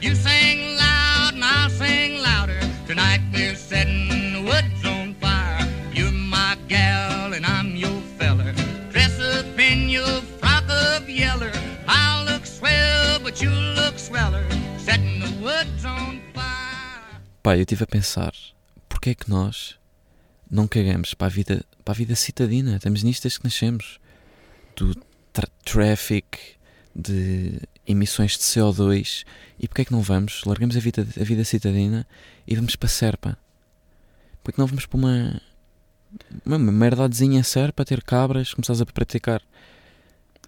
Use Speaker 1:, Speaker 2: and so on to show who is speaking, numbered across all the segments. Speaker 1: You sing loud and I'll sing louder. Tonight we're setting the woods on fire. You're my gal and I'm your feller. Dress up in your frock of yeller. I'll look swell, but you look sweller. Setting the woods on fire.
Speaker 2: Pá, eu estive a pensar, porque é que nós não cagamos para a vida, para a vida citadina? Estamos nisto desde que nascemos. Do tra- traffic, de emissões de CO2. E porque é que não vamos? Largamos a vida, a vida citadina e vamos para a Serpa. Porque não vamos para uma, uma merdadezinha em Serpa, ter cabras, começares a praticar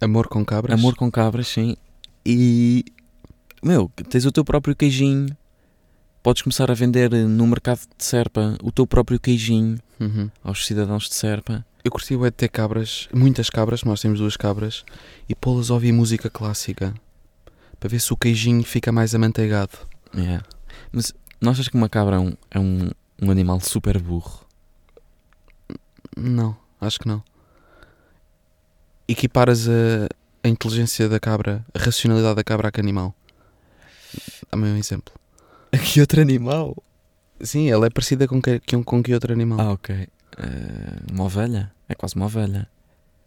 Speaker 3: Amor com cabras.
Speaker 2: Amor com cabras, sim. E. Meu, tens o teu próprio queijinho. Podes começar a vender eh, no mercado de Serpa o teu próprio queijinho
Speaker 3: Uhum.
Speaker 2: aos cidadãos de Serpa.
Speaker 3: Eu curti o de ter cabras, muitas cabras, nós temos duas cabras, e pô-las a ouvir música clássica. Para ver se o queijinho fica mais amanteigado.
Speaker 2: É. Mas não achas que uma cabra é um, é um, um animal super burro?
Speaker 3: Não, acho que não. Equiparas a, a inteligência da cabra, a racionalidade da cabra a que animal? Dá-me um exemplo.
Speaker 2: Que outro animal?
Speaker 3: Sim, ela é parecida com que, com- com que outro animal?
Speaker 2: Ah, ok. Eh, uma ovelha? É quase uma ovelha.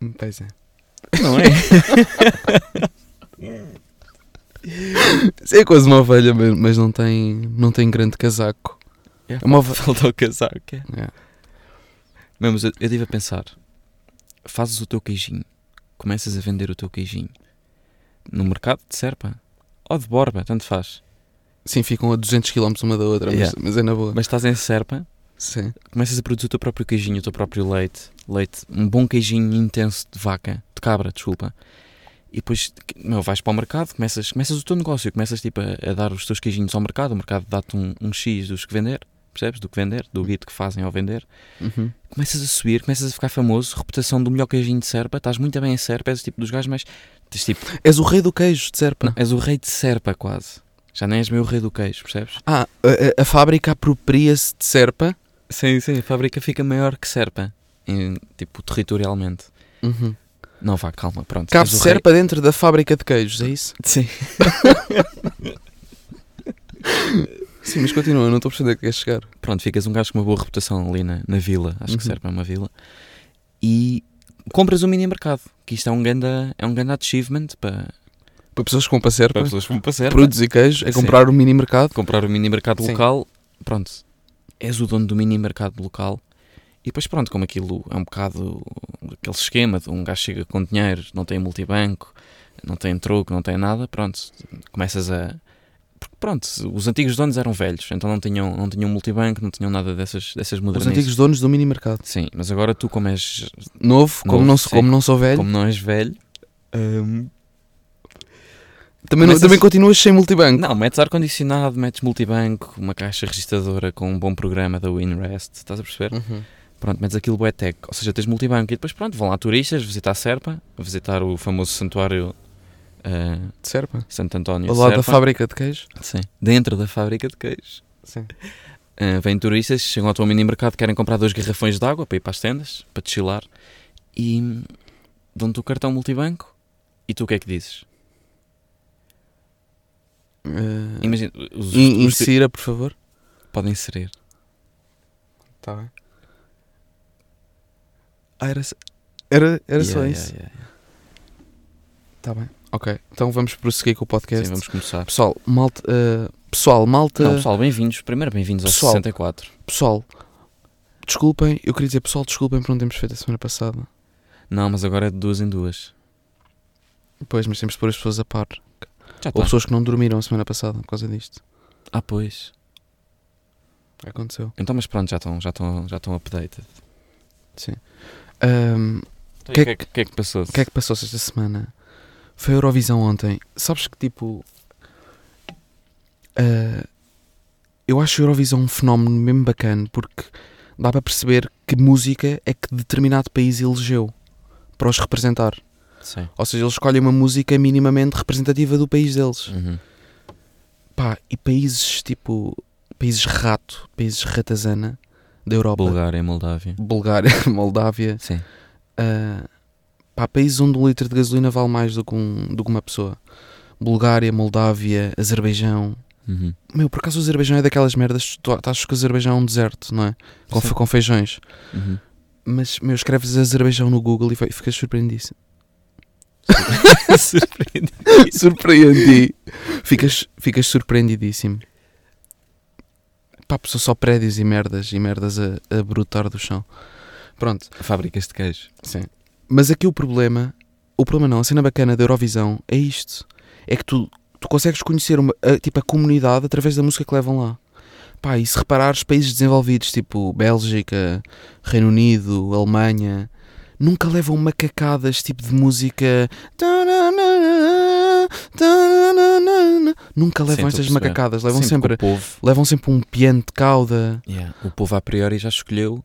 Speaker 3: Pois é.
Speaker 2: Não é?
Speaker 3: Sim, é quase uma ovelha, mas, mas não, tem, não tem grande casaco.
Speaker 2: É
Speaker 3: uma ovelha.
Speaker 2: Falta o casaco. é.
Speaker 3: É.
Speaker 2: Não, mas eu, eu estive a pensar. Fazes o teu queijinho. Começas a vender o teu queijinho. No mercado de Serpa. Ou de Borba, tanto faz.
Speaker 3: Sim, ficam a 200 km uma da outra, mas,
Speaker 2: Yeah.
Speaker 3: mas é na boa.
Speaker 2: Mas estás em Serpa,
Speaker 3: Sim.
Speaker 2: começas a produzir o teu próprio queijinho, o teu próprio leite. Leite, um bom queijinho intenso de vaca, de cabra, desculpa. E depois, meu, vais para o mercado, começas, começas o teu negócio, começas tipo a, a dar os teus queijinhos ao mercado. O mercado dá-te um, um X dos que vender, percebes? Do que vender, do guito que fazem ao vender.
Speaker 3: Uhum.
Speaker 2: começas a subir, começas a ficar famoso, reputação do melhor queijinho de Serpa, estás muito bem em Serpa, és o tipo dos gajos mais. Tens tipo,
Speaker 3: És o rei do queijo de Serpa.
Speaker 2: não, és o rei de Serpa quase. Já nem és meu rei do queijo, percebes?
Speaker 3: Ah, a, a- a fábrica apropria-se de Serpa.
Speaker 2: Sim, sim, a fábrica fica maior que Serpa, em, tipo, territorialmente. Não vá, calma, pronto.
Speaker 3: Cabe
Speaker 2: Uhum. és o
Speaker 3: Serpa dentro da fábrica de queijos, é isso?
Speaker 2: Rei... Sim.
Speaker 3: Sim, mas continua, não estou a perceber o que é chegar.
Speaker 2: Pronto, ficas um gajo com uma boa reputação ali na, na vila, acho que
Speaker 3: Uhum.
Speaker 2: Serpa é uma vila, e compras um mini mercado, que isto é um grande, é um grande achievement para,
Speaker 3: Para pessoas que vão para Serpa,
Speaker 2: para pessoas que vão para Serpa.
Speaker 3: produzir queijo, é
Speaker 2: Sim.
Speaker 3: comprar um mini mercado.
Speaker 2: comprar o mini mercado
Speaker 3: Sim.
Speaker 2: local, pronto, és o dono do mini mercado local. E depois, pronto, como aquilo é um bocado aquele esquema de um gajo chega com dinheiro, não tem multibanco, não tem troco, não tem nada, pronto, começas a. Porque, pronto, os antigos donos eram velhos, então não tinham, não tinham multibanco, não tinham nada dessas, dessas
Speaker 3: Os
Speaker 2: modernices.
Speaker 3: antigos donos do mini mercado.
Speaker 2: Sim, mas agora tu, como és,
Speaker 3: Novo, como,
Speaker 2: Novo,
Speaker 3: não, se-
Speaker 2: sim.
Speaker 3: como não sou velho,
Speaker 2: como não és velho, hum,
Speaker 3: também, não-
Speaker 2: começas-
Speaker 3: também continuas sem multibanco.
Speaker 2: Não, metes ar-condicionado, metes multibanco, uma caixa registadora com um bom programa da WinRest, estás a perceber?
Speaker 3: Uhum.
Speaker 2: Pronto, metes aquilo bué tech, ou seja, tens multibanco e depois pronto, vão lá turistas visitar Serpa, visitar o famoso santuário ah,
Speaker 3: De Serpa.
Speaker 2: Santo António
Speaker 3: Ao
Speaker 2: de
Speaker 3: lado da
Speaker 2: Serpa.
Speaker 3: fábrica de queijo.
Speaker 2: Sim, dentro da fábrica de queijo.
Speaker 3: Sim.
Speaker 2: Ah, vêm turistas, chegam ao teu mini mercado, querem comprar dois garrafões de água para ir para as tendas, para te chilar e dão-te o cartão multibanco e tu o que é que dizes?
Speaker 3: É.
Speaker 2: Imagina, os,
Speaker 3: Eh, In-
Speaker 2: os-
Speaker 3: insira, por favor.
Speaker 2: podem inserir. Tá
Speaker 3: Está bem. Ah, era, só- era, era só
Speaker 2: Yeah,
Speaker 3: isso.
Speaker 2: yeah, yeah.
Speaker 3: Está bem. Ok, então vamos prosseguir com o podcast.
Speaker 2: Sim, vamos começar.
Speaker 3: Pessoal, malta. eh, pessoal, malta.
Speaker 2: Não, pessoal, bem-vindos. Primeiro, bem-vindos aos
Speaker 3: Pessoal.
Speaker 2: 64.
Speaker 3: Pessoal, desculpem, eu queria dizer pessoal, desculpem por não termos feito a semana passada.
Speaker 2: Não, mas agora é de duas em duas.
Speaker 3: Pois, mas temos de pôr as pessoas a par.
Speaker 2: Já
Speaker 3: Ou
Speaker 2: está.
Speaker 3: pessoas que não dormiram a semana passada por causa disto.
Speaker 2: Ah, pois.
Speaker 3: Aconteceu.
Speaker 2: Então, mas pronto, já estão, já estão, já estão updated.
Speaker 3: Ahm,
Speaker 2: Então, e
Speaker 3: Que é
Speaker 2: o que, é que, que é que passou?
Speaker 3: o que é que passou esta semana? Foi a Eurovisão ontem. Sabes que tipo. ah, eu acho a Eurovisão um fenómeno mesmo bacana porque dá para perceber que música é que determinado país elegeu para os representar.
Speaker 2: Sim.
Speaker 3: Ou seja, eles escolhem uma música minimamente representativa do país deles.
Speaker 2: Uhum.
Speaker 3: Pá, e países tipo. Países rato, países ratazana da Europa.
Speaker 2: Bulgária e Moldávia.
Speaker 3: Bulgária, Moldávia.
Speaker 2: Sim.
Speaker 3: ah, pá, países onde um litro de gasolina vale mais do que, um- do que uma pessoa. Bulgária, Moldávia, Azerbaijão,
Speaker 2: Uhum.
Speaker 3: Meu, por acaso o Azerbaijão é daquelas merdas. Tu achas que o Azerbaijão é um deserto, não é? Com,
Speaker 2: Sim.
Speaker 3: com feijões.
Speaker 2: Uhum.
Speaker 3: Mas, meu, escreves Azerbaijão no Google e vai- ficas surpreendido.
Speaker 2: Surpreende.
Speaker 3: Surpreendi. Ficas, ficas surpreendidíssimo. Pá, são só prédios e merdas e merdas a, a brotar do chão. Pronto.
Speaker 2: Fábricas de queijo.
Speaker 3: Sim. Mas aqui o problema, o problema não, a cena bacana da Eurovisão é isto. É que tu, tu consegues conhecer uma, a, tipo, a comunidade através da música que levam lá. Pá, e se reparares, países desenvolvidos, tipo Bélgica, Reino Unido, Alemanha, nunca levam macacadas tipo de música. Nunca
Speaker 2: Sim, estou
Speaker 3: levam
Speaker 2: a
Speaker 3: estas
Speaker 2: perceber.
Speaker 3: macacadas, levam sempre,
Speaker 2: O povo,
Speaker 3: levam sempre um piano de cauda.
Speaker 2: yeah, o povo a priori já escolheu.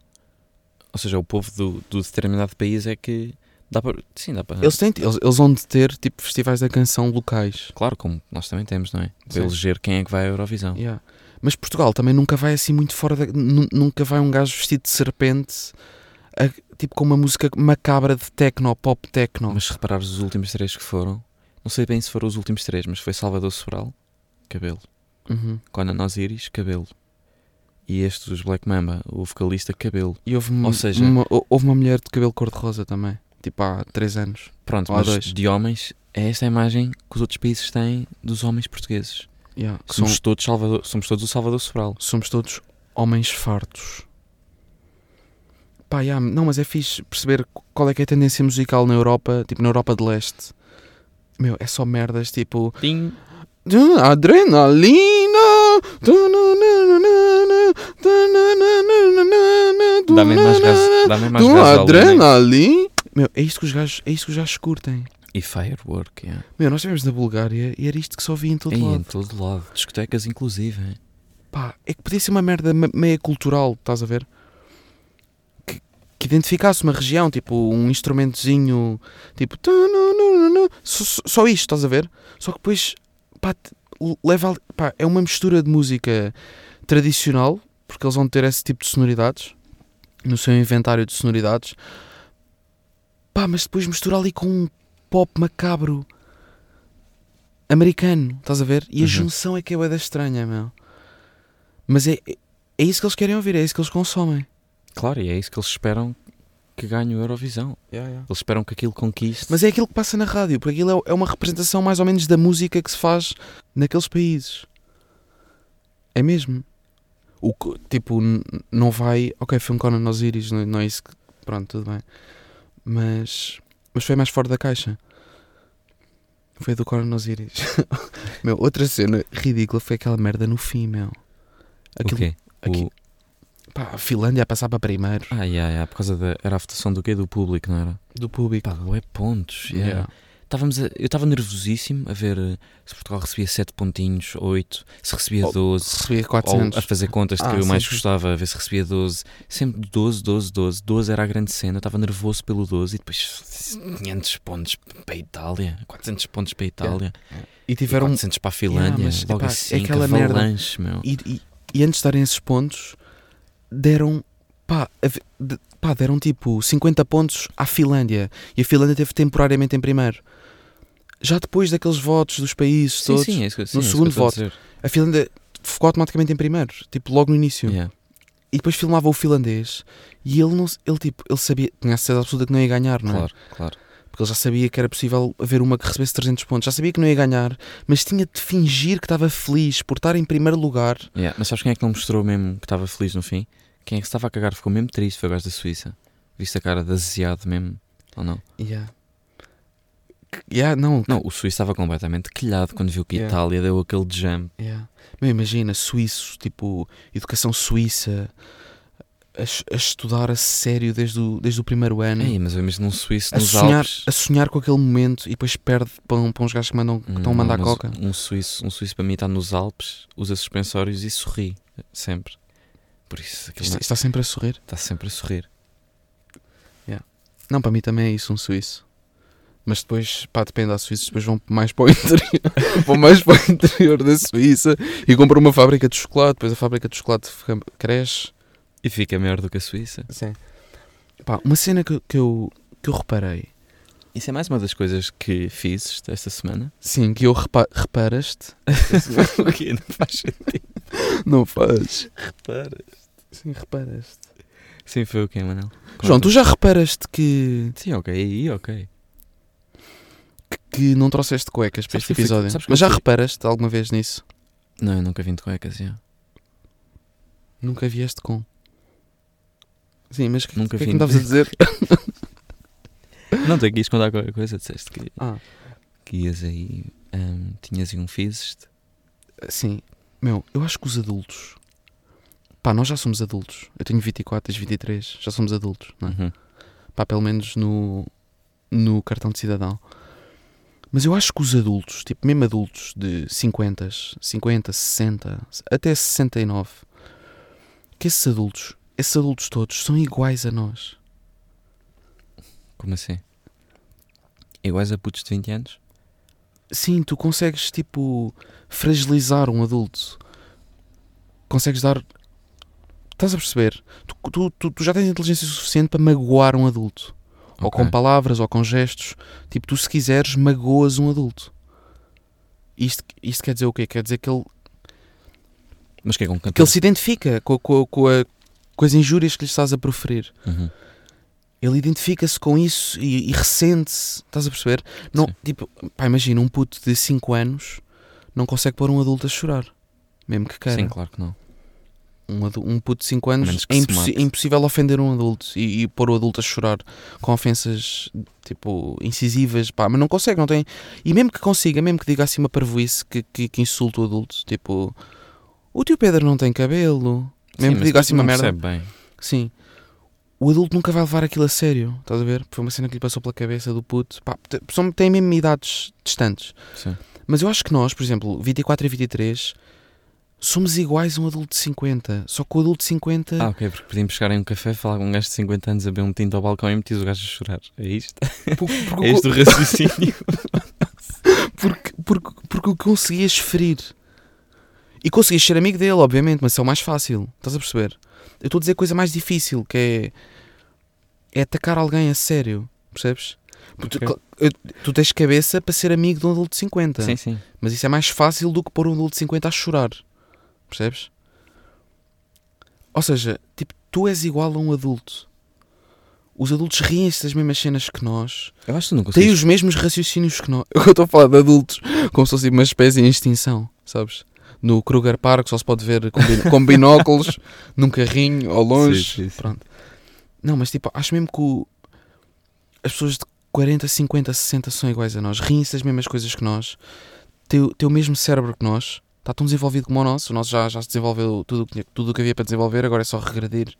Speaker 2: Ou seja, o povo do, do determinado país é que. Dá para. Sim, dá para.
Speaker 3: Eles, têm, eles, eles vão de ter tipo festivais da canção locais.
Speaker 2: Claro, como nós também temos, não é? Para
Speaker 3: Sim.
Speaker 2: eleger quem é que vai à Eurovisão.
Speaker 3: Yeah. Mas Portugal também nunca vai assim muito fora da. nu- Nunca vai um gajo vestido de serpente, a- tipo com uma música macabra de techno, pop techno.
Speaker 2: Mas se reparares os últimos três que foram, não sei bem se foram os últimos três, mas foi Salvador Sobral, cabelo.
Speaker 3: Uhum.
Speaker 2: Conan Osiris, cabelo. E este dos Black Mamba, o vocalista, cabelo.
Speaker 3: E houve uma,
Speaker 2: Ou seja-
Speaker 3: uma- hou- houve uma mulher de cabelo cor-de-rosa também, tipo há 3 anos.
Speaker 2: Pronto,
Speaker 3: Ou há
Speaker 2: mas
Speaker 3: dois.
Speaker 2: de homens, é esta a imagem que os outros países têm dos homens portugueses.
Speaker 3: Yeah, que
Speaker 2: Que
Speaker 3: são-
Speaker 2: somos,
Speaker 3: somos...
Speaker 2: todos Salvador, somos todos o Salvador Sobral.
Speaker 3: todos homens fartos. Pá, yeah, não, mas é fixe perceber qual é que é a tendência musical na Europa, tipo na Europa de Leste. Meu, é só merdas tipo. Adrenalina.
Speaker 2: Dá mesmo mais gás, dá mesmo mais
Speaker 3: Do
Speaker 2: gás ao Luna.
Speaker 3: adrenalina. Meu, é isto que os gajos, é isto que os gajos curtem.
Speaker 2: E firework, yeah.
Speaker 3: Meu, nós estivemos na Bulgária e era isto que só vi em todo
Speaker 2: Ei, em
Speaker 3: lado.
Speaker 2: todo lado. Discotecas, inclusive.
Speaker 3: Pá, é que podia ser uma merda me- meia cultural, estás a ver? Que, que identificasse uma região, tipo um instrumentozinho, tipo. tananana, Só, só- só isto, estás a ver? Só que depois, pá, te- leva. ali- Pá, é uma mistura de música tradicional, porque eles vão ter esse tipo de sonoridades no seu inventário de sonoridades. Pá, mas depois mistura ali com um pop macabro americano, estás a ver? E a
Speaker 2: Uhum.
Speaker 3: junção é que é bué da estranha, meu. Mas é, é- é isso que eles querem ouvir, é isso que eles consomem.
Speaker 2: Claro, e é isso que eles esperam que ganhe o Eurovisão. Eles esperam que aquilo conquiste.
Speaker 3: Mas é aquilo que passa na rádio, porque aquilo é- é uma representação mais ou menos da música que se faz naqueles países. É mesmo. O, co- tipo, n- não vai. Ok, foi um Conan Osiris, não, não é isso que. Pronto, tudo bem. Mas. Mas foi mais fora da caixa. Foi do Conan Osiris. meu, outra cena ridícula foi aquela merda no fim, meu.
Speaker 2: O quê?
Speaker 3: aquilo-
Speaker 2: O-
Speaker 3: Pá, a Finlândia a passar para primeiro.
Speaker 2: Ah, yeah, yeah, por causa da. Era a votação do quê? Do público, não era?
Speaker 3: Do público.
Speaker 2: Pá, bué pontos. yeah.
Speaker 3: Yeah.
Speaker 2: Távamos a- eu estava nervosíssimo a ver eh, se Portugal recebia 7 pontinhos, 8, se recebia
Speaker 3: Ou-
Speaker 2: 12, se-
Speaker 3: Recebia
Speaker 2: ou
Speaker 3: 400.
Speaker 2: a fazer contas de
Speaker 3: Oh, Ah,
Speaker 2: que eu
Speaker 3: sim,
Speaker 2: mais
Speaker 3: sim.
Speaker 2: gostava, a ver se recebia 12. Sempre 12, 12, 12. 12 era a grande cena, eu estava nervoso pelo 12 e depois 500 pontos para a Itália, 400 pontos para a Itália,
Speaker 3: E
Speaker 2: e
Speaker 3: tiveram.
Speaker 2: 400 para a Finlândia.
Speaker 3: Yeah, mas,
Speaker 2: logo
Speaker 3: epá, é
Speaker 2: assim, que
Speaker 3: aquela merda.
Speaker 2: avalanche, meu.
Speaker 3: E, e- e antes de darem esses pontos, deram. Pá, ave- de- pá, deram tipo 50 pontos à Finlândia. E a Finlândia teve temporariamente em primeiro. Já depois daqueles votos dos países
Speaker 2: Sim,
Speaker 3: todos,
Speaker 2: sim, é isso que, sim, é isso que
Speaker 3: segundo
Speaker 2: eu estou a
Speaker 3: voto.
Speaker 2: dizer.
Speaker 3: a Finlândia ficou automaticamente em primeiro, tipo logo no início.
Speaker 2: Yeah.
Speaker 3: E depois filmava o finlandês e ele não, ele tipo, ele sabia, tinha a certeza absoluta que não ia ganhar, não é?
Speaker 2: Claro, claro.
Speaker 3: Porque ele já sabia que era possível haver uma que recebesse 300 pontos, já sabia que não ia ganhar, mas tinha de fingir que estava feliz por estar em primeiro lugar.
Speaker 2: Yeah, Mas sabes quem é que não mostrou mesmo que estava feliz no fim? Quem é que se estava a cagar ficou mesmo triste foi o gajo da Suíça. Viste a cara de aziado mesmo, ou não?
Speaker 3: Yeah. Que- Yeah, não,
Speaker 2: Não, o Suíço estava completamente quilhado quando viu que a
Speaker 3: Yeah.
Speaker 2: Itália deu aquele jump.
Speaker 3: Yeah. Meu, imagina, suíços, tipo, educação suíça, a, es- a estudar a sério desde o, desde o primeiro ano,
Speaker 2: Ei, mas eu imagino um Suíço
Speaker 3: Hum. a,
Speaker 2: nos
Speaker 3: sonhar,
Speaker 2: Alpes.
Speaker 3: a sonhar com aquele momento e depois perde para, um- para uns gajos que, mandam, que estão
Speaker 2: Não,
Speaker 3: a mandar
Speaker 2: mas
Speaker 3: coca.
Speaker 2: Um suíço, um suíço para mim está nos Alpes, usa suspensórios e sorri. Sempre. Por isso, aquilo
Speaker 3: Isto-
Speaker 2: não- é
Speaker 3: isto Está sempre a sorrir.
Speaker 2: está sempre a sorrir.
Speaker 3: Não, para mim também é isso, um suíço. Mas depois, pá, depende, há suíços, depois vão mais para o interior, vão mais para o interior da Suíça e compram uma fábrica de chocolate, depois a fábrica de chocolate fica- cresce.
Speaker 2: E fica melhor do que a Suíça.
Speaker 3: Pá, uma cena que, que eu, que eu reparei
Speaker 2: Isso é mais uma das coisas que fiz esta semana.
Speaker 3: Sim, que eu repa reparaste.
Speaker 2: Aqui não faz sentido.
Speaker 3: Não faz.
Speaker 2: Repara.
Speaker 3: Sim, reparaste.
Speaker 2: Sim, foi o que, Manel?
Speaker 3: João, tu já reparaste que,
Speaker 2: Sim, ok, aí ok.
Speaker 3: que não trouxeste cuecas para
Speaker 2: Sabes
Speaker 3: este
Speaker 2: que eu fui-
Speaker 3: episódio?
Speaker 2: sabes que eu
Speaker 3: Mas já
Speaker 2: fui-
Speaker 3: reparaste alguma vez nisso?
Speaker 2: Não, eu nunca vim de cuecas, já.
Speaker 3: Nunca vieste com. Sim, mas que,
Speaker 2: Nunca
Speaker 3: que é que
Speaker 2: vim.
Speaker 3: me estavas a dizer?
Speaker 2: Não, tu quis contar qualquer coisa, disseste que,
Speaker 3: Ah,
Speaker 2: que ias aí, ahm, tinhas aí um fizeste.
Speaker 3: sim. Meu, eu acho que os adultos. Pá, nós já somos adultos. Eu tenho 24, tens 23. Já somos adultos, não é?
Speaker 2: Uhum.
Speaker 3: Pá, pelo menos no, no cartão de cidadão. Mas eu acho que os adultos, tipo, mesmo adultos de 50, 50, 60, até 69, que esses adultos, esses adultos todos são iguais a nós.
Speaker 2: Como assim? Iguais a putos de 20 anos?
Speaker 3: Sim, tu consegues, tipo, fragilizar um adulto. Consegues dar. Estás a perceber? Tu, tu, tu, tu já tens inteligência suficiente para magoar um adulto. Ou
Speaker 2: Ok.
Speaker 3: com palavras, ou com gestos. Tipo, tu, se quiseres, magoas um adulto. Isto, isto quer dizer o quê? Quer dizer que ele,
Speaker 2: Mas que é com
Speaker 3: que
Speaker 2: cantor?
Speaker 3: ele se identifica com, a- com, a- com, a- com as injúrias que lhe estás a proferir.
Speaker 2: Uhum.
Speaker 3: Ele identifica-se com isso e, e ressente-se. Estás a perceber? Não,
Speaker 2: Sim.
Speaker 3: tipo, pá, imagina, um puto de 5 anos não consegue pôr um adulto a chorar. Mesmo que queira.
Speaker 2: Sim, claro que não.
Speaker 3: Um, adu- um puto de 5
Speaker 2: menos
Speaker 3: anos
Speaker 2: que
Speaker 3: é,
Speaker 2: se
Speaker 3: impossi-
Speaker 2: mate.
Speaker 3: é impossível ofender um adulto e, e pôr o adulto a chorar com ofensas tipo incisivas, pá, mas não consegue, não tem. E mesmo que consiga, mesmo que diga assim uma parvoíce que, que, que insulte o adulto, tipo, o tio Pedro não tem cabelo, mesmo
Speaker 2: Sim,
Speaker 3: que
Speaker 2: mas
Speaker 3: diga assim
Speaker 2: não
Speaker 3: uma merda,
Speaker 2: percebe bem.
Speaker 3: Sim. O adulto nunca vai levar aquilo a sério, estás a ver? Foi uma cena que lhe passou pela cabeça do puto. Pá, te- são, têm mesmo idades distantes.
Speaker 2: Sim.
Speaker 3: Mas eu acho que nós, por exemplo, 24 e 23, somos iguais a um adulto de 50. Só que o adulto de 50.
Speaker 2: Ah, ok, porque podíamos chegar em um café, falar com um gajo de 50 anos a beber um tinto ao balcão e metias o gajo a chorar. É isto?
Speaker 3: por- porque,
Speaker 2: É isto o raciocínio?
Speaker 3: porque, porque, porque o conseguias ferir. E conseguias ser amigo dele, obviamente, mas isso é o mais fácil. Estás a perceber? Eu estou a dizer a coisa mais difícil, que é. é atacar alguém a sério. Percebes? Porque tu-
Speaker 2: Ok.
Speaker 3: eu- tu tens cabeça para ser amigo de um adulto de 50.
Speaker 2: Sim, sim.
Speaker 3: Mas isso é mais fácil do que pôr um adulto de 50 a chorar. Percebes? Ou seja, tipo, tu és igual a um adulto. Os adultos riem-se das mesmas cenas que nós,
Speaker 2: Eu acho que tu não
Speaker 3: têm
Speaker 2: consegues.
Speaker 3: os mesmos raciocínios que nós. Eu estou a falar de adultos como se fosse uma espécie em extinção, sabes? No Kruger Park só se pode ver com, bin- com binóculos, num carrinho, ao longe.
Speaker 2: Sim, sim, sim.
Speaker 3: Pronto. Não, mas tipo, acho mesmo que o- as pessoas de 40, 50, 60 são iguais a nós. Riem-se das mesmas coisas que nós. Têm o- têm o mesmo cérebro que nós. Está tão desenvolvido como o nosso. O nosso já, já se desenvolveu tudo o que tinha- tudo o que havia para desenvolver. Agora é só regredir.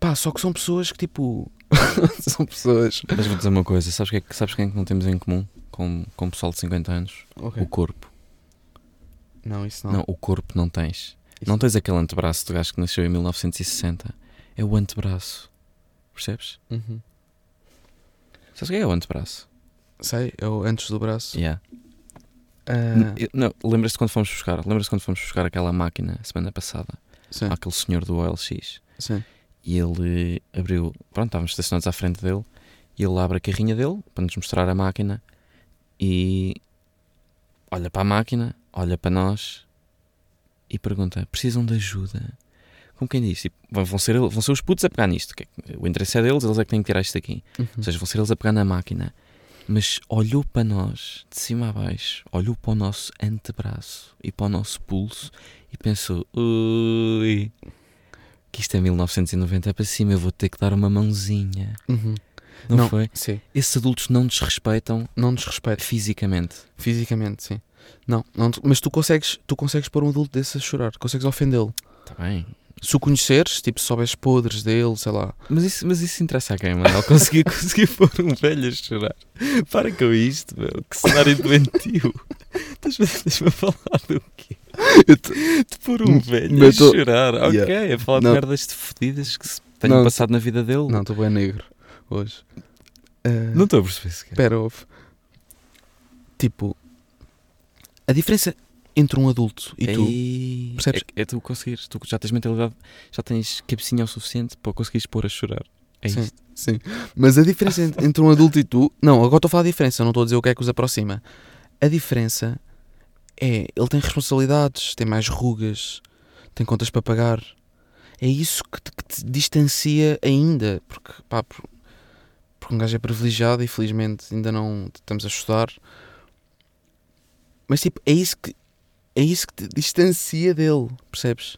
Speaker 3: Pá, só que são pessoas que tipo. são pessoas.
Speaker 2: Mas vou dizer uma coisa, sabes, que é que, sabes quem é que não temos em comum com, com o pessoal de 50 anos? O corpo.
Speaker 3: Não, isso
Speaker 2: Não.
Speaker 3: não.
Speaker 2: o corpo não tens.
Speaker 3: Isso
Speaker 2: Não tens aquele antebraço do gajo que nasceu em 1960. É o antebraço. Percebes?
Speaker 3: Uhum.
Speaker 2: Sabes o que é o antebraço?
Speaker 3: Sei, é o antes do braço.
Speaker 2: Yeah.
Speaker 3: Ah,
Speaker 2: Eu- Não, lembras-te quando fomos buscar? Lembras-te quando fomos buscar aquela máquina semana passada?
Speaker 3: sim,
Speaker 2: Aquele senhor do OLX.
Speaker 3: sim.
Speaker 2: E ele eh, abriu. Pronto, estávamos estacionados à frente dele. E ele abre a carrinha dele para nos mostrar a máquina. E olha para a máquina, olha para nós e pergunta: precisam de ajuda? Como quem diz? Tipo, vão, vão ser, ele- vão ser os putos a pegar nisto. que- O interesse é deles, eles é que têm que tirar isto daqui. Ou seja, vão ser eles a pegar na máquina. Mas olhou para nós, de cima a baixo, olhou para o nosso antebraço e para o nosso pulso e pensou: ui, que isto é 1990 para cima, eu vou ter que dar uma mãozinha.
Speaker 3: Uhum.
Speaker 2: Não,
Speaker 3: Não.
Speaker 2: foi?
Speaker 3: Sim.
Speaker 2: Esses adultos não nos respeitam
Speaker 3: Não desrespeito.
Speaker 2: fisicamente.
Speaker 3: Fisicamente, sim. Não, não tu- mas tu consegues, tu consegues pôr um adulto desse a chorar, consegues ofendê-lo.
Speaker 2: Está bem.
Speaker 3: Se o conheceres, tipo, se souberes podres dele, sei lá.
Speaker 2: Mas isso, mas isso interessa a quem, mano? Consegui, consegui pôr um velho a chorar. Para com isto, meu. Que cenário doentio. Estás-me estás-me a falar do quê? De pôr um velho
Speaker 3: Hum, mas
Speaker 2: a
Speaker 3: tô-
Speaker 2: chorar. Ok, a falar
Speaker 3: Não.
Speaker 2: de merdas de fodidas que se tenham
Speaker 3: Não.
Speaker 2: passado na vida dele.
Speaker 3: Não, estou bem negro hoje.
Speaker 2: Não estou a perceber sequer.
Speaker 3: Ah, Espera, ouve. Tipo, a diferença entre um adulto e tu.
Speaker 2: Ei,
Speaker 3: Percebes?
Speaker 2: É, é tu conseguires, tu já tens mentalidade, já tens cabecinha o suficiente para conseguires pôr a chorar. É
Speaker 3: Sim.
Speaker 2: isto.
Speaker 3: Sim. Mas a diferença ent- entre um adulto e tu. Não, agora estou a falar de diferença, não estou a dizer o que é que os aproxima. A diferença é. Ele tem responsabilidades, tem mais rugas, tem contas para pagar. É isso que te, que te distancia ainda. Porque, pá, por- porque um gajo é privilegiado e felizmente ainda não estamos a estudar. Mas tipo, é isso que. É isso que te distancia dele, percebes?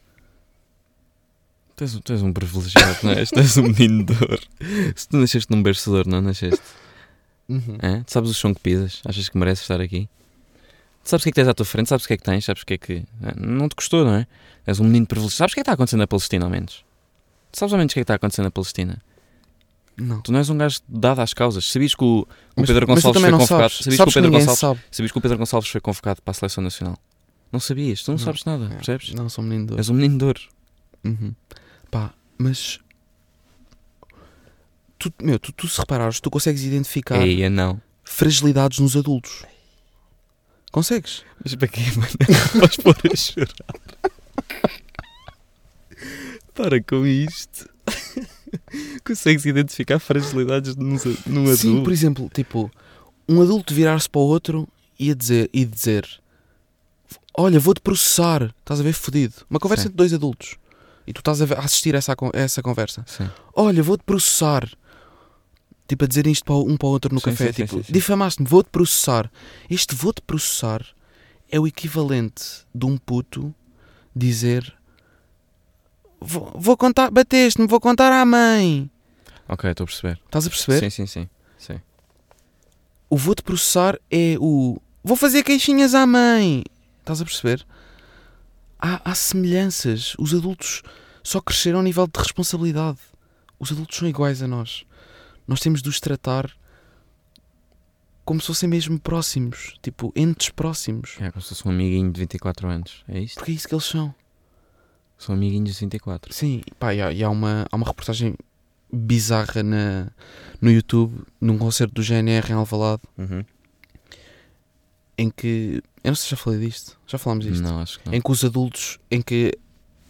Speaker 2: Tu és, um- tu és um privilegiado, não és? tu és um menino de dor. Se tu nasceste num berçador, não nasceste? Hã? Tu sabes o chão que pisas? Achas que mereces estar aqui? Tu sabes o que é que tens à tua frente? Sabes o que é que tens? Sabes o que é que. Hã? Não te custou, não é? És um menino privilegiado. Sabes o que é que está acontecendo na Palestina, ao menos? Tu sabes ao menos o que é que está acontecendo na Palestina?
Speaker 3: Não.
Speaker 2: Tu não és um gajo dado às causas. Sabias que o, o
Speaker 3: Mas-
Speaker 2: Pedro
Speaker 3: mas tu
Speaker 2: Gonçalves
Speaker 3: também
Speaker 2: foi
Speaker 3: não
Speaker 2: convocado?
Speaker 3: sabes.
Speaker 2: Sabias que o
Speaker 3: Sabes que
Speaker 2: Pedro
Speaker 3: ninguém
Speaker 2: Gonçalves-
Speaker 3: sabe.
Speaker 2: sabias que o Pedro Gonçalves foi convocado para a Seleção Nacional? Não sabias, tu não,
Speaker 3: Não.
Speaker 2: sabes nada,
Speaker 3: É.
Speaker 2: percebes?
Speaker 3: Não, sou um menino de ouro.
Speaker 2: És um menino de ouro.
Speaker 3: Uhum. Pá, mas. Tu, meu, tu, tu se reparares, tu consegues identificar
Speaker 2: Eia, não.
Speaker 3: fragilidades nos adultos. Consegues?
Speaker 2: Mas para quê, mano? Vais pôr a chorar. Para com isto. Consegues identificar fragilidades num, num
Speaker 3: Sim,
Speaker 2: Um adulto?
Speaker 3: por exemplo, tipo, um adulto virar-se para o outro e, a dizer, e dizer: Olha, vou-te processar, estás a ver fodido. Uma conversa
Speaker 2: Sim.
Speaker 3: entre dois adultos e tu estás a, ver- a assistir a essa, con- a essa conversa.
Speaker 2: Sim.
Speaker 3: Olha, vou-te processar. Tipo, a dizer isto para o- um para o outro no
Speaker 2: Sim,
Speaker 3: café.
Speaker 2: sim, sim,
Speaker 3: tipo,
Speaker 2: sim, sim.
Speaker 3: difamaste-me, vou-te processar. Este vou-te processar é o equivalente de um puto dizer vou, vou contar, bateste-me, vou contar à mãe.
Speaker 2: Ok, estou a perceber.
Speaker 3: Estás a perceber?
Speaker 2: Sim, sim, sim. sim.
Speaker 3: O vou-te processar é o vou fazer queixinhas à mãe. Estás a perceber? Há, há semelhanças. Os adultos só cresceram a nível de responsabilidade. Os adultos são iguais a nós. Nós temos de os tratar como se fossem mesmo próximos. Tipo, entes próximos.
Speaker 2: É como se fosse um amiguinho de 24 anos. É isto?
Speaker 3: Porque é isso que eles são.
Speaker 2: São amiguinhos de 24.
Speaker 3: Sim, pá, e há, e há uma, há uma reportagem bizarra na, no YouTube, num concerto do GNR em Alvalade,
Speaker 2: Uhum.
Speaker 3: em que... Eu não sei se já falei disto. Já falámos disto.
Speaker 2: Não, acho que não.
Speaker 3: em que os adultos, em que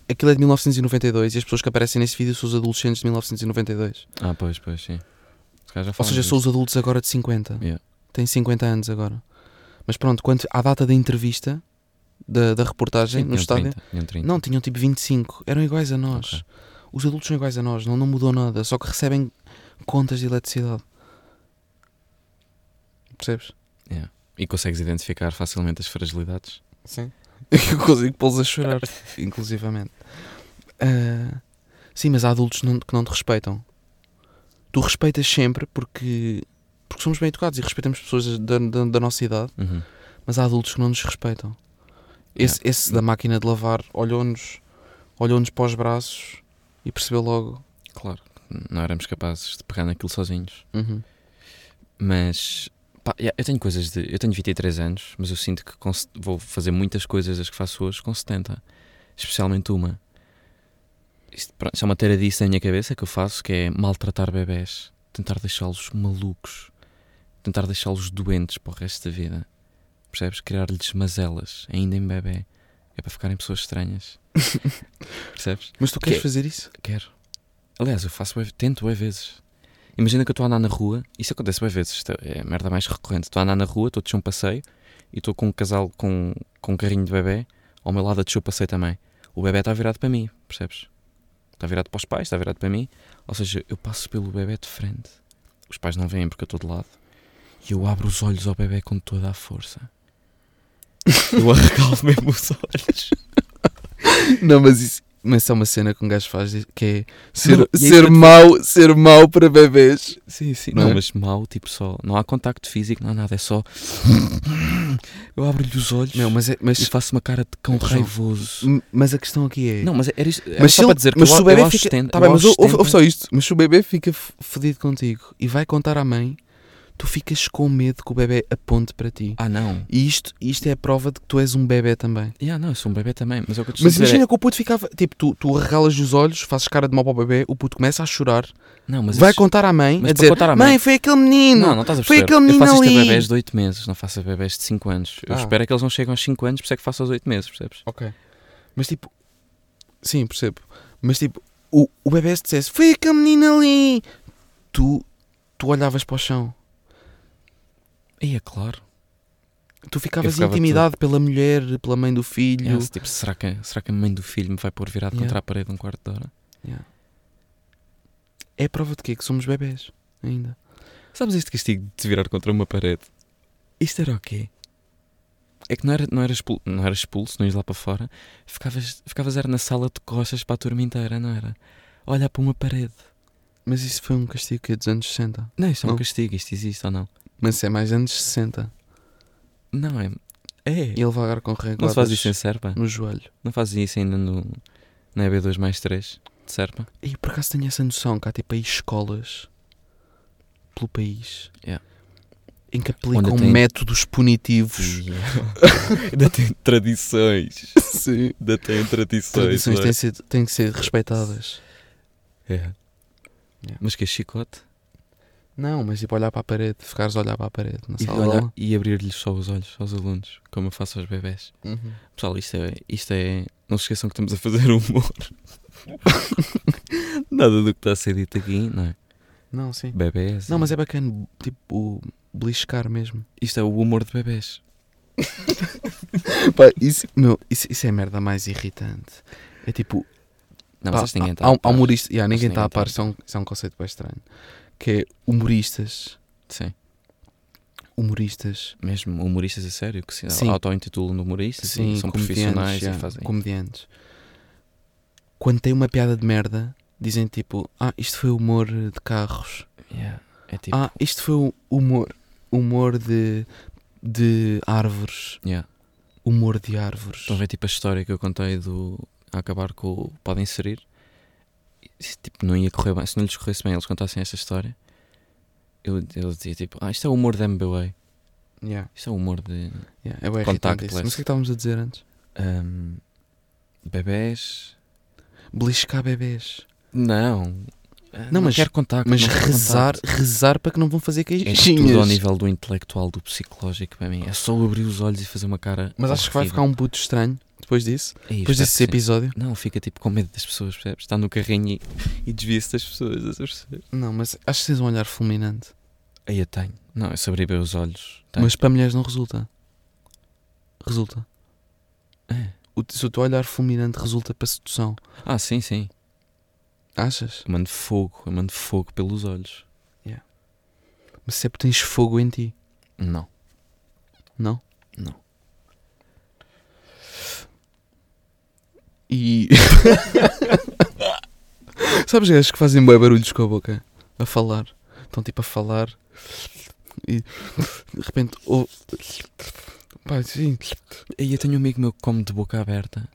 Speaker 3: aquilo é de 1992 e as pessoas que aparecem nesse vídeo são os adolescentes de 1992.
Speaker 2: Ah, pois, pois, sim. Se calhar já
Speaker 3: Ou
Speaker 2: falámos
Speaker 3: seja,
Speaker 2: disso.
Speaker 3: são os adultos agora de 50.
Speaker 2: Tá Yeah.
Speaker 3: Têm 50 anos agora. Mas pronto, quando à data da entrevista, da, da reportagem,
Speaker 2: Sim,
Speaker 3: no
Speaker 2: tinham
Speaker 3: estádio,
Speaker 2: 30, tinham 30.
Speaker 3: não, tinham tipo 25. Eram iguais a nós.
Speaker 2: Ok.
Speaker 3: Os adultos são iguais a nós, não, não mudou nada, só que recebem contas de eletricidade. Percebes?
Speaker 2: E consegues identificar facilmente as fragilidades?
Speaker 3: Sim. Eu consigo pô-los a chorar, inclusivamente. Ah, sim, mas há adultos não- que não te respeitam. Tu respeitas sempre porque, porque somos bem educados e respeitamos pessoas da, da, da nossa idade,
Speaker 2: Uhum.
Speaker 3: mas há adultos que não nos respeitam. Esse, esse da máquina de lavar olhou-nos olhou para os braços e percebeu logo.
Speaker 2: Claro. Não éramos capazes de pegar naquilo sozinhos.
Speaker 3: Uhum.
Speaker 2: Mas pá, yeah, eu tenho coisas de. Eu tenho 23 anos, mas eu sinto que com se- vou fazer muitas coisas das que faço hoje com 70. Especialmente uma. Isto, pronto, isto é uma taradice na minha cabeça que eu faço, que é maltratar bebés. Tentar deixá-los malucos. Tentar deixá-los doentes para o resto da vida. Percebes? Criar-lhes mazelas, ainda em bebê. É para ficarem pessoas estranhas. Percebes?
Speaker 3: Mas tu
Speaker 2: Que-
Speaker 3: queres fazer isso?
Speaker 2: Quero. Aliás, eu faço, bué- tento bué vezes. Imagina que eu estou a andar na rua, isso acontece bué vezes, isto é a merda mais recorrente. Estou a andar na rua, estou a descer um passeio e estou com um casal com, com um carrinho de bebê ao meu lado a descer o passeio também. O bebê está virado para mim, percebes? Está virado para os pais, está virado para mim. Ou seja, eu passo pelo bebê de frente. Os pais não veem porque eu estou de lado. E eu abro os olhos ao bebê com toda a força. Eu arregalo mesmo os olhos.
Speaker 3: Não, mas isso. Mas é uma cena que um gajo faz que é
Speaker 2: ser-
Speaker 3: ser,
Speaker 2: ser
Speaker 3: mau, ser mau para bebês.
Speaker 2: Sim, sim.
Speaker 3: não
Speaker 2: Não,
Speaker 3: é?
Speaker 2: mas mal, tipo só. Não há contacto físico, não há nada, é só. Eu abro-lhe os olhos
Speaker 3: Não, mas, é, mas
Speaker 2: e faço uma cara de cão
Speaker 3: João,
Speaker 2: raivoso.
Speaker 3: M- Mas a questão aqui é.
Speaker 2: Não, mas era isto. Era
Speaker 3: mas
Speaker 2: só
Speaker 3: se, ele-
Speaker 2: para dizer que
Speaker 3: mas
Speaker 2: eu,
Speaker 3: se o
Speaker 2: eu
Speaker 3: bebê
Speaker 2: aos
Speaker 3: fica.
Speaker 2: 70
Speaker 3: tá
Speaker 2: eu
Speaker 3: bem,
Speaker 2: aos
Speaker 3: mas ouve,
Speaker 2: 70
Speaker 3: ouve só isto. Mas se o bebê fica f- fedido contigo e vai contar à mãe, tu ficas com medo que o bebê aponte para ti.
Speaker 2: Ah, não.
Speaker 3: E isto, isto é a prova de que tu és um bebê também.
Speaker 2: Yeah, não, eu sou um bebê também, mas é o que eu te
Speaker 3: Mas
Speaker 2: estou a dizer.
Speaker 3: imagina que o puto ficava. Tipo, tu, tu regalas os olhos, fazes cara de mau para o bebê, o puto começa a chorar,
Speaker 2: é- Não, mas
Speaker 3: vai
Speaker 2: isso-
Speaker 3: contar à mãe,
Speaker 2: mas
Speaker 3: a
Speaker 2: para
Speaker 3: dizer:
Speaker 2: contar à
Speaker 3: mãe,
Speaker 2: mãe-
Speaker 3: foi aquele menino.
Speaker 2: Não, não estás a
Speaker 3: Foi
Speaker 2: perceber.
Speaker 3: aquele
Speaker 2: eu faço isto
Speaker 3: menino
Speaker 2: a
Speaker 3: ali.
Speaker 2: bebés de 8 meses, não faço a bebés de 5 anos. Eu
Speaker 3: Ah.
Speaker 2: espero é que eles não cheguem aos 5 anos, por isso é que faço aos 8 meses, percebes?
Speaker 3: Ok. Mas tipo. Sim, percebo. Mas tipo, o, o bebê se dissesse: Foi aquele menino ali. tu, tu olhavas para o chão.
Speaker 2: E é claro.
Speaker 3: Tu ficavas
Speaker 2: ficava
Speaker 3: intimidado pela mulher, pela mãe do filho.
Speaker 2: Yeah, tipo, será que, será que a mãe do filho me vai pôr virado
Speaker 3: Yeah.
Speaker 2: contra a parede um quarto de hora?
Speaker 3: É prova de quê? Que somos bebés. Ainda.
Speaker 2: Sabes este castigo de te virar contra uma parede? Isto era o quê? É que não era, não era, expul- não era expulso, não ias lá para fora. Ficavas, ficavas era na sala de costas para a turma inteira, não era? A Olhar para uma parede.
Speaker 3: Mas isso foi um castigo que é dos anos 60.
Speaker 2: Não, isto é um
Speaker 3: Não.
Speaker 2: castigo, isto existe ou não?
Speaker 3: Mas isso é mais anos 60.
Speaker 2: Não, é. É.
Speaker 3: E ele vai agora com
Speaker 2: Não se
Speaker 3: reguladas
Speaker 2: faz isso em Serpa?
Speaker 3: no joelho.
Speaker 2: Não fazes isso ainda no, na EB2 mais 3 de Serpa?
Speaker 3: E por acaso tenho essa noção que há tipo aí escolas pelo país
Speaker 2: Yeah.
Speaker 3: em que aplicam
Speaker 2: Onde tem-
Speaker 3: métodos punitivos.
Speaker 2: ainda tem tradições.
Speaker 3: Sim.
Speaker 2: Ainda tem tradições.
Speaker 3: Tradições
Speaker 2: não é?
Speaker 3: têm, sido- têm que ser respeitadas.
Speaker 2: É. Mas que é chicote?
Speaker 3: Não, mas tipo olhar para a parede, ficares a olhar para a parede na
Speaker 2: E,
Speaker 3: sala
Speaker 2: olhar-
Speaker 3: de aula.
Speaker 2: e abrir-lhes só os olhos aos alunos, como eu faço aos bebés.
Speaker 3: Uhum.
Speaker 2: Pessoal, isto é, isto é. Não se esqueçam que estamos a fazer humor. Nada do que está a ser dito aqui, não é?
Speaker 3: Não, sim.
Speaker 2: Bebés.
Speaker 3: Não, mas é bacana, tipo, beliscar mesmo.
Speaker 2: Isto é o humor de bebés.
Speaker 3: Pá, isso, meu, isso, isso é a merda mais irritante. É tipo,
Speaker 2: Não,
Speaker 3: pá,
Speaker 2: mas isto ninguém está
Speaker 3: há, um
Speaker 2: a
Speaker 3: há
Speaker 2: par.
Speaker 3: humoristas. Yeah, ninguém
Speaker 2: Acho que
Speaker 3: está a
Speaker 2: ninguém
Speaker 3: par,
Speaker 2: tá.
Speaker 3: isso é, um, isso é um conceito bem estranho. Que é humoristas.
Speaker 2: Sim.
Speaker 3: Humoristas.
Speaker 2: Mesmo humoristas a sério, que se
Speaker 3: Sim.
Speaker 2: auto-intitulam de humoristas
Speaker 3: Sim,
Speaker 2: e são
Speaker 3: assim, comediantes,
Speaker 2: profissionais
Speaker 3: yeah,
Speaker 2: e fazem.
Speaker 3: Comediantes. Quando tem uma piada de merda, dizem tipo, ah, isto foi humor de carros.
Speaker 2: Yeah, É tipo.
Speaker 3: Ah, isto foi o humor. Humor de, de árvores.
Speaker 2: yeah.
Speaker 3: Humor de árvores.
Speaker 2: Estão a ver tipo a história que eu contei do. a acabar com o. podem inserir. Isso, tipo, não ia correr bem. Se não lhes corresse bem, eles contassem esta história. Eu, eu dizia tipo, ah, isto é o humor da MBA.
Speaker 3: Yeah,
Speaker 2: Isto é o humor de.
Speaker 3: yeah, é bem irritante isso.
Speaker 2: Contactless.
Speaker 3: Mas o que é que estávamos a dizer antes?
Speaker 2: ahm, hum, bebés.
Speaker 3: Beliscar bebês.
Speaker 2: Não. Ah,
Speaker 3: Não, mas-
Speaker 2: quero contacto.
Speaker 3: Mas
Speaker 2: não quero
Speaker 3: rezar,
Speaker 2: contacto.
Speaker 3: rezar para que não vão fazer
Speaker 2: É tudo ao
Speaker 3: queixinhas.
Speaker 2: nível do intelectual, do psicológico para mim. É só abrir os olhos e fazer uma cara. É
Speaker 3: Mas achas que vai ficar um puto estranho depois disso? Depois desse episódio?
Speaker 2: Não, fica tipo com medo das pessoas, percebes? Está no carrinho e, e desvia-se das pessoas. das pessoas.
Speaker 3: Não, mas acho que tens um olhar fulminante.
Speaker 2: Aí eu tenho. Não, eu se abrir bem os olhos. Tenho.
Speaker 3: Mas para mulheres não resulta. Resulta.
Speaker 2: É.
Speaker 3: O, se o teu olhar fulminante resulta para sedução,
Speaker 2: Ah, sim, sim.
Speaker 3: achas?
Speaker 2: Eu mando fogo, eu mando fogo pelos olhos.
Speaker 3: Mas sempre tens fogo em ti,
Speaker 2: Não.
Speaker 3: não?
Speaker 2: Não.
Speaker 3: E. Sabes gajos que fazem bué barulhos com a boca? A falar. Estão tipo a falar. E de repente. ou- Pá, sim.
Speaker 2: Aí eu tenho um amigo meu que come de boca aberta,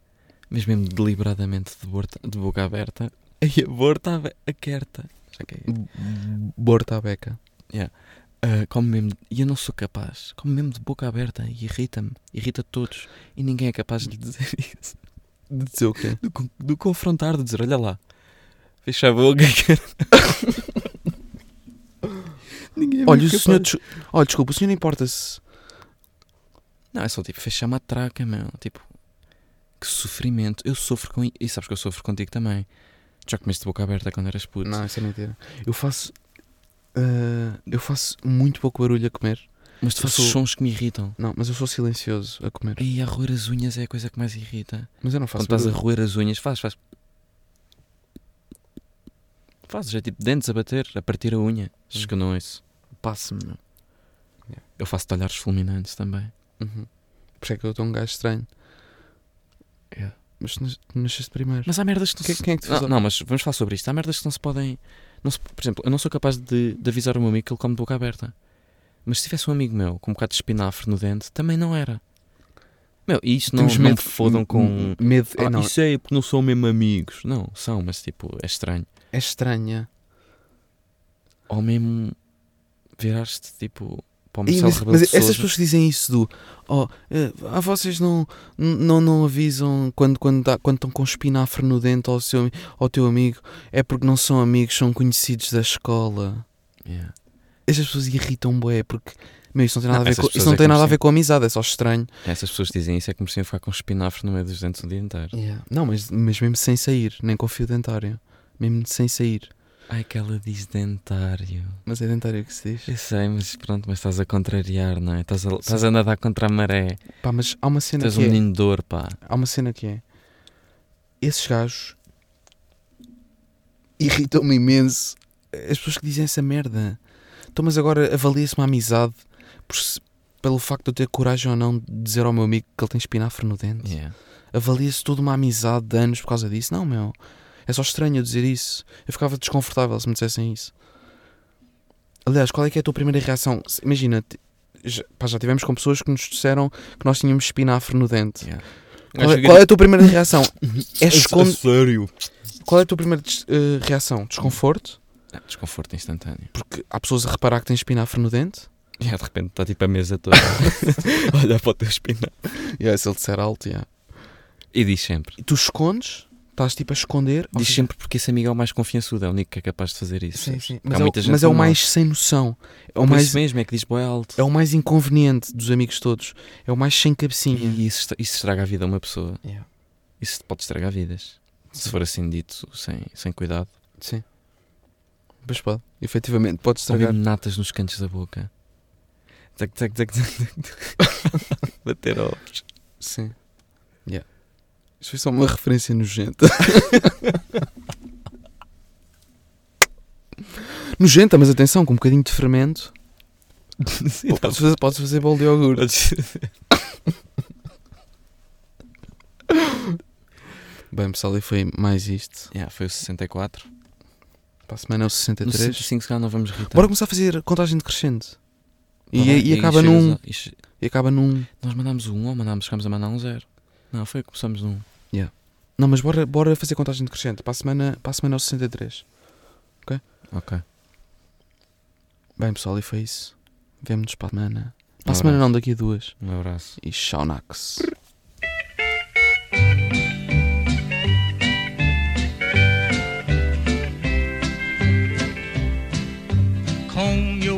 Speaker 2: mas mesmo deliberadamente de, borta- de boca aberta, aí a borta abe- aberta. Já que é.
Speaker 3: Borta a beca.
Speaker 2: Ah, come mesmo, e eu não sou capaz, come mesmo de boca aberta e irrita-me, irrita todos, e ninguém é capaz de lhe dizer isso.
Speaker 3: De dizer o quê?
Speaker 2: Do, con- do confrontar, de dizer, olha lá, fecha a boca. ninguém é
Speaker 3: Olha, o
Speaker 2: mesmo
Speaker 3: senhor.
Speaker 2: capaz.
Speaker 3: des- Olha, desculpa, o senhor importa-se.
Speaker 2: Não, é só tipo, fecha a matraca, meu, tipo, que sofrimento, eu sofro com, i- e sabes que eu sofro contigo também. Já comeste de boca aberta quando eras puto.
Speaker 3: Não, isso é mentira. Eu faço. ah, eu faço muito pouco barulho a comer.
Speaker 2: Mas tu
Speaker 3: Eu
Speaker 2: fazes
Speaker 3: sou-
Speaker 2: sons que me irritam.
Speaker 3: Não, mas eu sou silencioso a comer.
Speaker 2: E a roer as unhas é a coisa que mais irrita.
Speaker 3: Mas eu não
Speaker 2: Quando
Speaker 3: faço
Speaker 2: estás a
Speaker 3: barulho.
Speaker 2: roer as unhas, faz, faz. Fazes, é tipo dentes a bater, a partir a unha. Achas
Speaker 3: Hum.
Speaker 2: que eu não ouço? Passa-me, meu.
Speaker 3: Yeah.
Speaker 2: Eu faço-te olhares fulminantes também.
Speaker 3: Uhum. Por isso é que eu estou um gajo estranho.
Speaker 2: Yeah.
Speaker 3: Mas tu nas- tu nasceste primeiro.
Speaker 2: Mas Ah, há merdas que não
Speaker 3: Que-
Speaker 2: se...
Speaker 3: quem é que te fez
Speaker 2: não,
Speaker 3: a-
Speaker 2: não, mas vamos falar sobre isto. Há merdas que não se podem... Não se... Por exemplo, eu não sou capaz de, de avisar o meu amigo que ele come de boca aberta. Mas se tivesse um amigo meu com um bocado de espinafre no dente, também não era. Meu, e isto não,
Speaker 3: Temos
Speaker 2: não me
Speaker 3: medo-
Speaker 2: fodam com...
Speaker 3: m- Medo. é,
Speaker 2: Ah,
Speaker 3: não,
Speaker 2: isso é porque não são mesmo amigos. Não, são, mas tipo, é estranho.
Speaker 3: é estranha.
Speaker 2: Ou mesmo viraste tipo para o
Speaker 3: Ih,
Speaker 2: Marcelo
Speaker 3: mas
Speaker 2: Rebelo
Speaker 3: mas
Speaker 2: de
Speaker 3: essas
Speaker 2: Sousa.
Speaker 3: pessoas que dizem isso do. Oh, eh, ah, vocês não, não, não avisam quando, quando, dá- quando estão com um espinafre no dente ao, seu, ao teu amigo. É porque não são amigos, são conhecidos da escola.
Speaker 2: Yeah.
Speaker 3: Estas pessoas irritam bué porque. Meu, isso não tem nada,
Speaker 2: Não,
Speaker 3: a, ver
Speaker 2: essas
Speaker 3: com,
Speaker 2: pessoas
Speaker 3: isso não
Speaker 2: é que
Speaker 3: tem nada a
Speaker 2: merecem.
Speaker 3: ver com amizade, é só estranho.
Speaker 2: Essas pessoas que dizem isso é que mereciam ficar com espinafre no meio dos dentes o dia inteiro.
Speaker 3: Não, mas, mas mesmo sem sair, nem com fio dentário. Mesmo sem sair.
Speaker 2: Ai, que ela diz dentário.
Speaker 3: Mas é dentário que se diz.
Speaker 2: Eu sei, mas pronto, mas estás a contrariar, não é? Estás a, estás a nadar contra a maré.
Speaker 3: Pá, mas há uma cena
Speaker 2: Estás
Speaker 3: que
Speaker 2: um
Speaker 3: é.
Speaker 2: menino de ouro, pá.
Speaker 3: Há uma cena que é. Esses gajos irritam-me imenso as pessoas que dizem essa merda. Então, mas agora avalia-se uma amizade por se- pelo facto de eu ter coragem ou não de dizer ao meu amigo que ele tem espinafre no dente.
Speaker 2: Yeah.
Speaker 3: Avalia-se toda uma amizade de anos por causa disso. Não, meu. É só estranho eu dizer isso. Eu ficava desconfortável se me dissessem isso. Aliás, qual é que é a tua primeira reação? Se- Imagina, ti- já, pá, já tivemos com pessoas que nos disseram que nós tínhamos espinafre no dente.
Speaker 2: Yeah.
Speaker 3: Qual é, qual é a tua primeira reação? É esconde...
Speaker 2: sério?
Speaker 3: Qual é a tua primeira des- eh, reação?
Speaker 2: tipo,
Speaker 3: Desconforto?
Speaker 2: "Ah, Desconforto instantâneo.
Speaker 3: Porque há pessoas a reparar que têm espinafre no dente.
Speaker 2: Yeah, de repente está tipo a mesa toda. Olha para o teu espinal.
Speaker 3: Yeah, se ele disser alto, yeah.
Speaker 2: E diz sempre.
Speaker 3: E tu escondes? Estás tipo a esconder? Ou
Speaker 2: Diz
Speaker 3: seja,
Speaker 2: sempre porque esse amigo é o mais confiançudo, é o único que é capaz de fazer isso.
Speaker 3: Sim, sim.
Speaker 2: Porque há
Speaker 3: Mas, é o,
Speaker 2: muita gente
Speaker 3: mas é o
Speaker 2: como
Speaker 3: mais sem noção. É o
Speaker 2: nós. Por
Speaker 3: mais
Speaker 2: isso mesmo, é que diz boé alto.
Speaker 3: É o mais inconveniente dos amigos todos. É o mais sem cabecinha.
Speaker 2: E isso, estra- isso estraga a vida a uma pessoa.
Speaker 3: Yeah.
Speaker 2: Isso pode estragar vidas. Se for assim dito, sem, sem cuidado.
Speaker 3: Sim. Mas pode. Efetivamente, pode
Speaker 2: Ou
Speaker 3: estragar.
Speaker 2: mesmo natas nos cantos da boca. Zac, zac, zac, zac, zac. Bater ovos.
Speaker 3: Sim. Yeah. Isto foi só uma referência nojenta. nojenta, mas atenção, com um bocadinho de fermento.
Speaker 2: Sim, tá
Speaker 3: Podes fazer, podes fazer bolo de iogurte. Bem, pessoal, e foi mais isto.
Speaker 2: Yeah, foi o 64.
Speaker 3: Para a semana é o
Speaker 2: No
Speaker 3: 63.
Speaker 2: 65 se calhar não vamos rir tanto.
Speaker 3: Bora começar a fazer contagem decrescente. E,
Speaker 2: Tá bem,
Speaker 3: e
Speaker 2: aí
Speaker 3: acaba
Speaker 2: chegas
Speaker 3: num.
Speaker 2: a- e che-
Speaker 3: E acaba num.
Speaker 2: Nós mandámos um ou mandámos, chegámos a mandar um zero. Não, foi começámos um.
Speaker 3: Não, mas bora, bora fazer contagem decrescente. Para a semana, para a semana é o 63.
Speaker 2: Ok.
Speaker 3: Bem, pessoal, e foi isso. Vemo-nos para a semana. Para a
Speaker 2: Ora.
Speaker 3: semana não, daqui a duas.
Speaker 2: Um abraço.
Speaker 3: E tchau, Nax.
Speaker 1: comb your